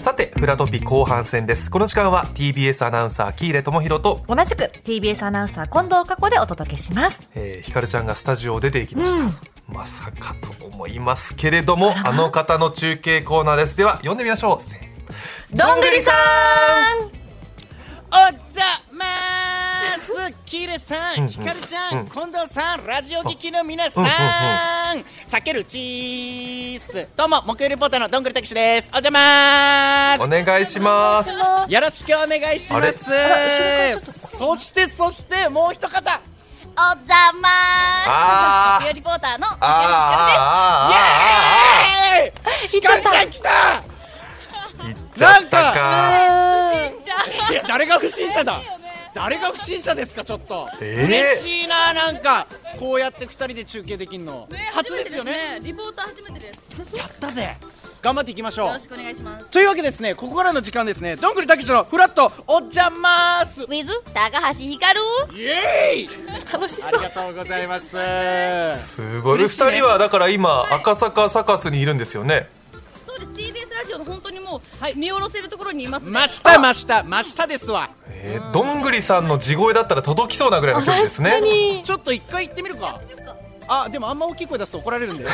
さてフラトピ後半戦ですこの時間は TBS アナウンサー喜入智弘と、同じく TBS アナウンサー近藤佳子でお届けしますえー、ひかるちゃんがスタジオを出ていきました、うんまさかと思いますけれどもあの方の中継コーナーですでは読んでみましょうせーどんぐりさんおっざまーす キルさうんうん、んひかるちゃうんん、近藤さん、ラジオ聞きの皆さん、避けるチース。どうも、木曜レポーターのどんぐりたけしです。おっざまおー願いしますす。よろしくお願いしますあれ。そして、そして、もう一方。おざまあーーす木曜リポーターのああああああえーひかるちゃん来たあ行っちゃったかいや、誰が不審者だ誰が不審者ですか、ちょっと。えー嬉しいな、なんか。こうやって二人で中継できるの。初ですよね。リポーター初めてですよやったぜ頑張っていきましょうろしくお願いしますというわけですねここからの時間ですねどんぐりたけしのフラットおっちゃんまーすウィズ高橋ひかるイエーイ楽しそあうりがとうございます すごい二嬉しいね人はだから今赤坂サカスにいるんですよねそうです TBS ラジオの本当にもはいう見下ろせるところにいますね真下真下真下ですわえー、どんぐりさんの地声だったら届きそうなぐらいの距離ですねちょっと一回行ってみるかあでもあんま大きい声出すと怒られるんで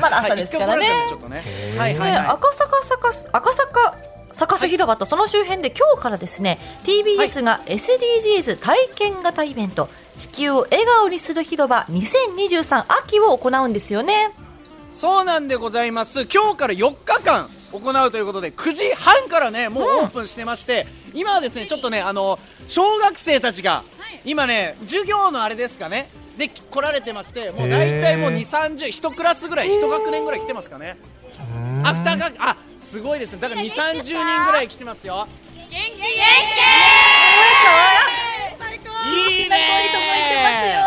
まだは朝いで一すか回怒らられねちゃうんでちょっとねはいはいねは赤坂サカス赤坂サカス広場とその周辺で今日からですね TBS が SDGs 体験型イベント「地球を笑顔にする広場2023秋」を行うんですよねいそうなんでございます今日から4日間行うということで9時半からねもうオープンしてまして、今はですねちょっとねあの小学生たちがはい今ね授業のあれですかねで来られてましてもう大体もうへ2ー三3 0一クラスぐらい一学年ぐらい来てますかねアフターがあすごいですねだから2 3 0人ぐらい来てますよ元気元気いいね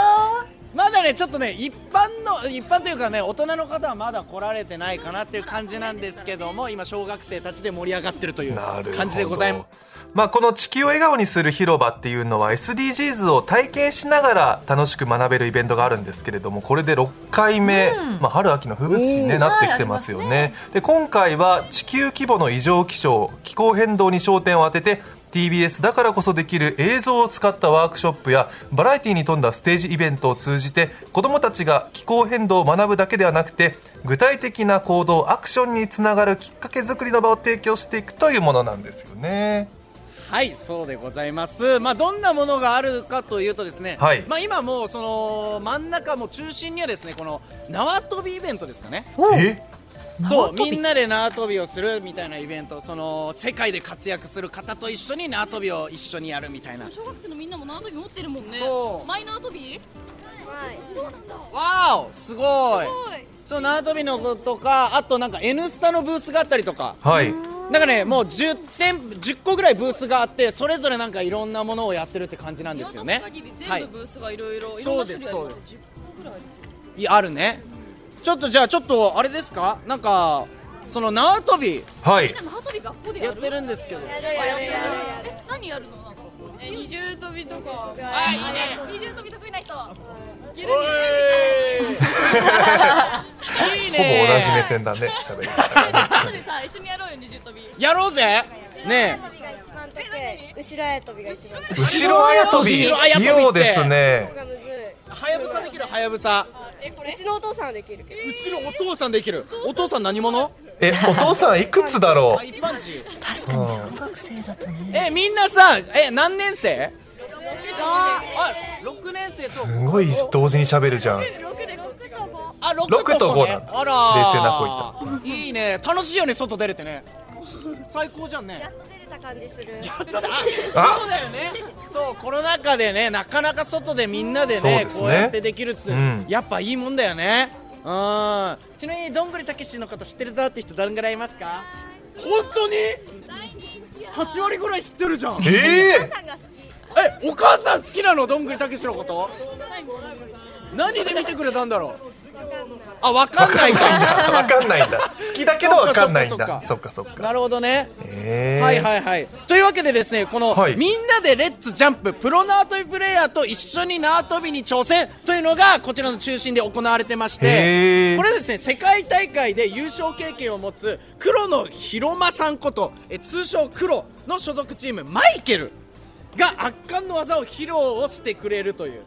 まだねちょっとね一般の一般というかね大人の方はまだ来られてないかなっていう感じなんですけども今小学生たちで盛り上がってるというなるほど感じでございますまあこの地球を笑顔にする広場っていうのは SDGs を体験しながら楽しく学べるイベントがあるんですけれどもこれで6回目、まあ、春秋の風物詩に、ね、なってきてますよね。で今回は地球規模の異常気象気候変動に焦点を当てて TBS だからこそできる映像を使ったワークショップやバラエティに富んだステージイベントを通じて子どもたちが気候変動を学ぶだけではなくて具体的な行動アクションにつながるきっかけ作りの場を提供していくというものなんですよね。はいそうでございます、まあ、どんなものがあるかというとですね、はいまあ、今もうその真ん中もう中心にはですねこの縄跳びイベントですかねえそうみんなで縄跳びをするみたいなイベントその世界で活躍する方と一緒に縄跳びを一緒にやるみたいなわ小学生のみんなも縄跳び持ってるもんねそうマイナー跳びそうなんだーおすごいすごいその縄跳びのことかあとなんか「N スタ」のブースがあったりとかはいなんかねもう10点10個ぐらいブースがあってそれぞれなんかいろんなものをやってるって感じなんですよね見渡す限りは全い部ブースがいろいろいろんな種類ありまそすうで10個ぐらいありそういやあるねちょっとじゃあちょっとあれですかなんかその縄跳びはいでも縄跳び学校でややっるてるんですけどえ何やるのなんか二重跳びとかあいいね二重跳び得意な人いけいいるほぼ同じ目ね線だね喋り後でさ一緒にやろうよ二重跳びやろうぜねえが一番得意後ろや跳びが一番得意後ろあや跳び後ろ綾跳器びって用ですねがむずいはやぶさできるはやぶさうちのお父さんはできるけどうちのお父さんできるお父さん何者えお父さんいくつだろあ一般人確かに小学生だとねえみんなさえ何年生あ六年生うとすごい同時に喋るじゃんあ六六と五ねなんだあら冷静な子いったいいね楽しいよね外出れてね最高じゃんねやっと出れた感じするやっただあそうだよねそうコロナ禍でねなかなか外でみんなでそうねですねこうやってできるって、うんやっぱいいもんだよねうんちなみにどんぐりたけしのこと知ってるぞって人どんぐらいいますか本当に八割ぐらい知ってるじゃんえええお母さん好きなのどんぐりたけしのこと何で見てくれたんだろうあわかんないかわかんないんだ好きだけどわかんないんだそそっかそっかなるほどねえーはいはいはいというわけでですねこの、はいみんなでレッツジャンププロ縄跳びプレイヤーと一緒に縄跳びに挑戦というのがこちらの中心で行われてましへてーこれですね世界大会で優勝経験を持つ黒野広間さんことえ通称黒の所属チームマイケルが圧巻の技を披露をしてくれるという。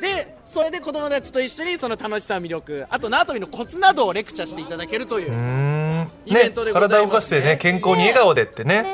でそれで子供たちと一緒にその楽しさ魅力あと縄跳びのコツなどをレクチャーしていただけるといううーうんイベねントでございますね体を動かしてね健康に笑顔でってね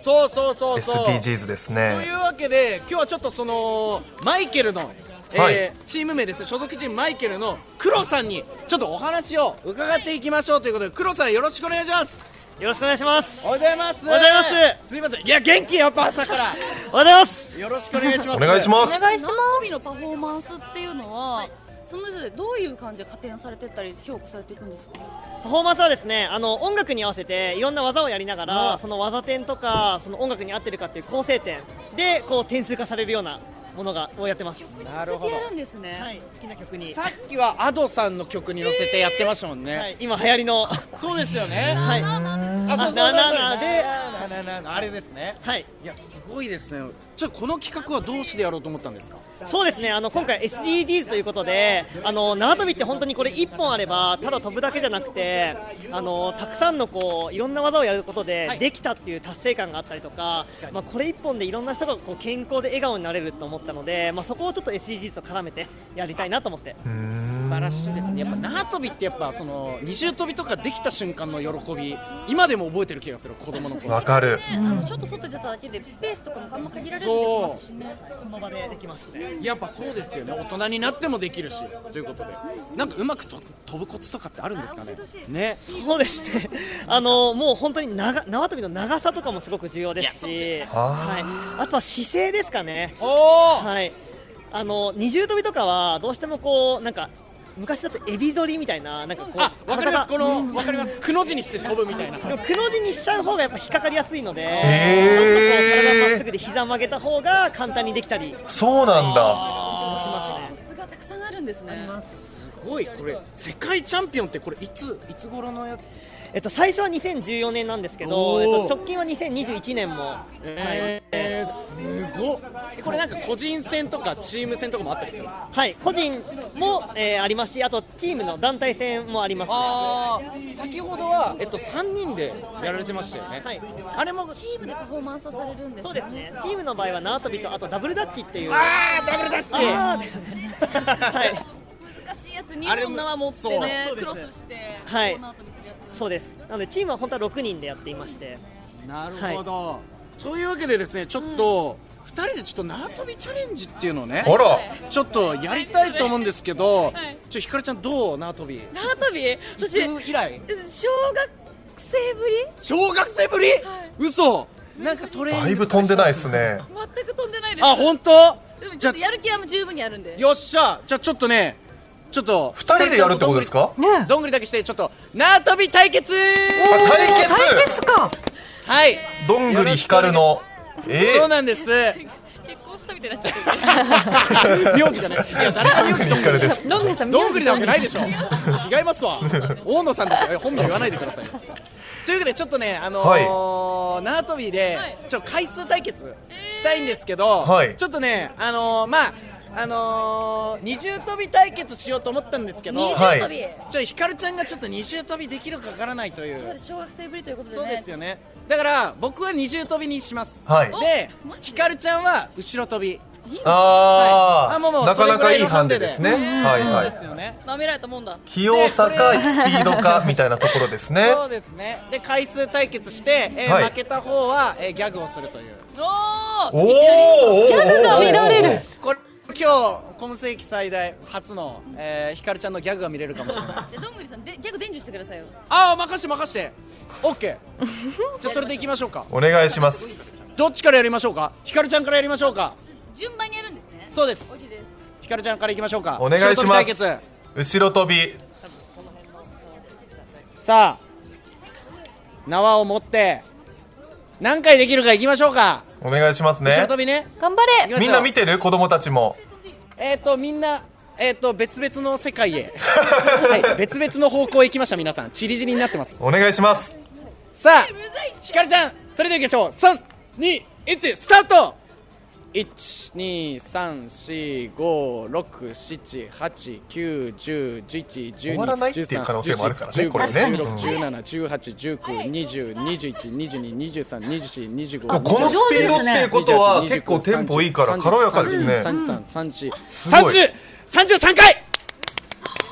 そうそうそうそう SDGs ですねというわけで今日はちょっとそのマイケルの、えーはいチーム名ですね所属チームマイケルのクロさんにちょっとお話を伺っていきましょうということでクロさんよろしくお願いしますよろしくお願いします。おはようございますおはようございますすいませんいや元気やっぱ朝からおはようございます。よろしくお願いしまおす願いしおます願いします縄跳びのパフォーマンスっていうのはそのずどういう感じで加点されてったり評価されていくんですかパフォーマンスはですね、あの音楽に合わせていろんな技をやりながうんら、その技点とかその音楽に合ってるかっていう構成点でこう点数化されるようなものがをやってます。なる続ほけどやるんですね、はい、好きな曲に。さっきはアドさんの曲に乗せてやってましたもんね、はい、今流行りのそうですよねはいななんですあそうそうなななでななななあれですねはい。いやすごいですねちょっとこの企画はどうしてやろうと思ったんですかそうですねあの今回 SDGs ということであの縄跳びって本当にこれ1本あればただ飛ぶだけじゃなくてあのたくさんのこういろんな技をやることはでいできたっていう達成感があったりとか、まあ、これ1本でいろんな人がこう健康で笑顔になれると思ったので、まあ、そこをちょっと SDGs と絡めてやりたいなと思ってうーん素晴らしいですねやっぱ縄跳びってやっぱその二重跳びとかできた瞬間の喜び今でも覚えてる気がする子供の頃わかるね、あのちょっと外出ただけでスペースとかもあんま限られてきますしねこの場でできますねやっぱそうですよね大人になってもできるしということでなんかうまくと飛ぶコツとかってあるんですかねねそうです ねあのもう本当に長縄跳びの長さとかもすごく重要ですしあはい、あとは姿勢ですかねおおはい、あの二重跳びとかはどうしてもこうなんか昔だとエビ反りみたいななんかこうあわかりますこ体がのわかりますくの字にして飛ぶみたいなでもくの字にしちゃう方がやっぱ引っかかりやすいので、へーちょっとこう体まっすぐで膝曲げた方が簡単にできたりもしそうなんだまコツがたくさんあるんですねすごいこれ世界チャンピオンってこれいついつ頃のやつすね。えっと最初は2014年なんですけおど、ーえっと直近は2021年も、はい、えー、すごっこれなんか個人戦とかチーム戦とかもあったりするんですかはい、個人も、えーありますし、あとチームの団体戦もありますね。ああ先ほどはえっと三人でやられてましたよね、はいあれもチームでパフォーマンスをされるんですそうよですねね。チームの場合は縄跳びとあとダブルダッチっていう。あーダブルダッチあーですね はい。難しいやつ2本縄持ってあれねもクロそうスしてはいコーナーと見せるやつそうです。なのでチームは本当は6人でやっていまして、なるほど、そういうわけでですねちょっと、二人でちょっと縄跳びチャレンジっていうのをねあらちょっとやりたいと思うんですけど、はいちょひかるちゃんどう縄跳び縄跳びいつ私以来小学生ぶり小学生ぶり、嘘なんかトレーニングだいぶ飛んでないですね全く飛んでないであす本当でもちじょゃっとやる気は十分にあるんでよっしゃじゃあちょっとねちょっと二人でやるってことですかねえどんぐりだけしてちょっと縄跳び対決あ対対決決かはい、どんぐりひかるのえそうーなんです結婚したみたいになっちゃって名字がねいや誰か名どんぐ字りとひかるですロングリさんどんぐりなわけないでしょ 違いますわ大野さんですよ本名言わないでくださいというわけでちょっとねあのー縄跳びではいちょっと回数対決したいんですけど、はいちょっとねあのーまああのー、二重跳び対決しようと思ったんですけど、二重はい跳びちょひかるちゃんがちょっと二重跳びできるかわからないというそうです小学生ぶりということでねそうですよねだから僕は二重跳びにします、はいでおマジひかるちゃんは後ろ跳びはいああもうもあうなかなかいいハンデそれぐらいのハンデでうですねはいはでいすよね舐められたもんだ器用さかスピード かみたいなところですねそうですねで回数対決して、えーはい負けた方は、えーギャグをするというおおおおギャグが見られるこれ今日コム世紀最大初の、えー、ひかるちゃんのギャグが見れるかもしれ ないどんぐりさんでギャグ伝授してくださいよああ任して任してオッケーじゃあそれでいきましょうかお願いしますどっちからやりましょうかひかるちゃんからやりましょうか順番にやるんですねそうですおひですひかるちゃんからいきましょうかお願いしま白鳥対す決後ろ跳びさあ縄を持って何回できるかいきましょうか、お願いします後ねろ跳びね頑張いれきますよみんな見てる子供たちもえっ、ー、とみんなえっ、と別々の世界へ、はい、別々の方向へ行きました皆さんチリジリになってますお願いしますさあひかるちゃんそれでは行きましょう321スタート終わらないっていう可能性もあるからねこれねでもこのスピードっていうことは結構テンポいいから軽やかですね33回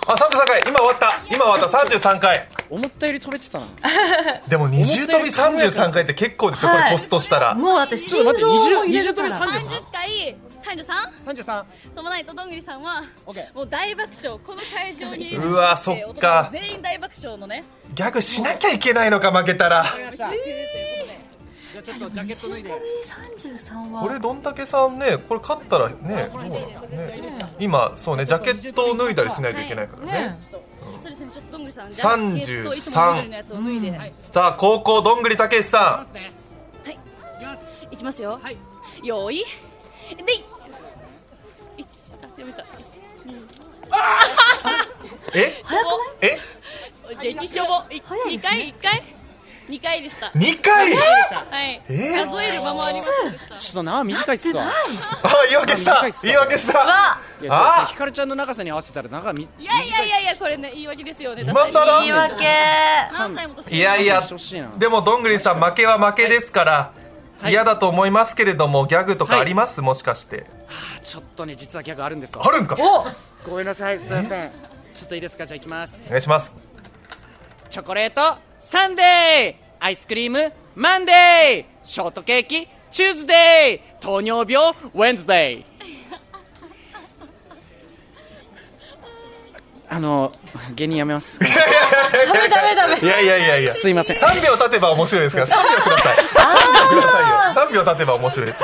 あ三33回今終わった今終わった33回思ったより飛べてたなでも二重跳び33回って結構ですよこはれいポストしたらもうだって心臓も揺れるかちょっと待って20 20とりあえらず30 30回 33? 33ともないとどんぐりさんは OK もう大爆笑この会場にうわそっか男全員大爆笑のねギャグしなきゃいけないのか負けたらじゃあちょっとジャケット脱いで33はこれどんたけさんねこれ勝ったらねどうなのね今そうねジャケットを脱いだりしないといけないからねねそうですねちょっとどんぐりさん33ジャケットいつも緑のやつを脱いで、はいさあ高校どんぐりたけしさんいきますよ、はいよーいでい一あやめたえ早くないえ一で一消防い早い二ですね回一回二回でした二回はいえー数える間もありませんでしたちょっとな短いっすわあ言い訳した言い訳したはいやちょっとあひかるちゃんの長さに合わせたら長みいやいやいやいやこれね言い訳ですよね今更言い訳何歳も年上いやいやしてほしいなでもどんぐりさん負けは負けですからい嫌だと思いますけれどもギャグとかありますもしかしてあちょっとね実はギャグあるんですあわるんかおごめんなさいすいませんちょっといいですかじゃあいきますお願いしますチョコレートサンデーアイスクリームマンデーショートケーキチューズデー糖尿病ウェンズデー あの芸人やめますいやいやいやいやすいません3秒経てば面白いですから3秒ください3秒くださいよ3秒経てば面白いです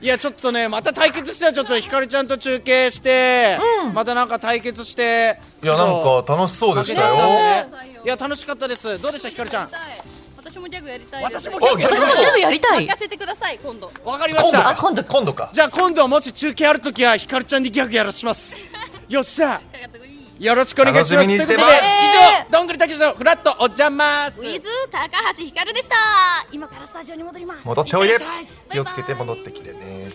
いやちょっとねまた対決したらちょっとひかるちゃんと中継して、またなんか対決していやなんか楽しそうでしたよ、ねねいや楽しかったですどうでしたひかるちゃん私もギャグやりたいです私もお逆に私もギャグやりたい任せてください今度わかりま今し度たかあ今度今度かじゃあ今度もし中継あるときはひかるちゃんにギャグやらしますよっしゃかかってこいよろしくお願いします楽しみにしてますということでね以上どんぐりたけしのフラットおじゃますウィズ高橋ひかるでした今からスタジオに戻ります戻っておいでってらっしゃい気をつけて戻ってきてね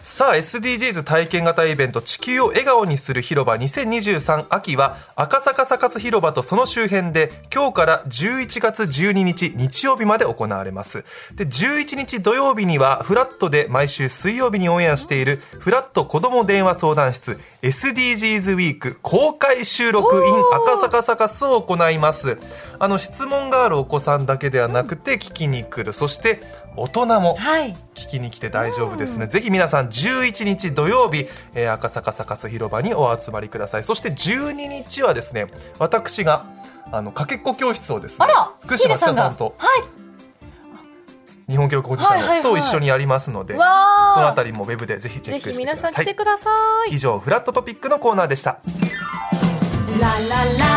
さあ SDGs 体験型イベント「地球を笑顔にする広場2023秋」は赤坂サカス広場とその周辺で今日から11月12日日曜日まで行われますで11日土曜日にはフラットで毎週水曜日にオンエアしている「フラット子ども電話相談室 SDGs ウィーク公開収録 in 赤坂サカス」を行いますあの質問があるお子さんだけではなくて聞きに来るそして大人もはい聞きに来て大丈夫ですね、ぜひ皆さん11日土曜日、えー赤坂サカス広場にお集まりくださいそして12日はですね私があのかけっこ教室をですねあら福島ヒデ千さ田んがさんとはい日本記録保持者はいはいはのいと一緒にやりますので、わーそのあたりもウェブでぜひチェぜックひしてくだ皆さんさ来いてください以上フラットトピックのコーナーでしたラララ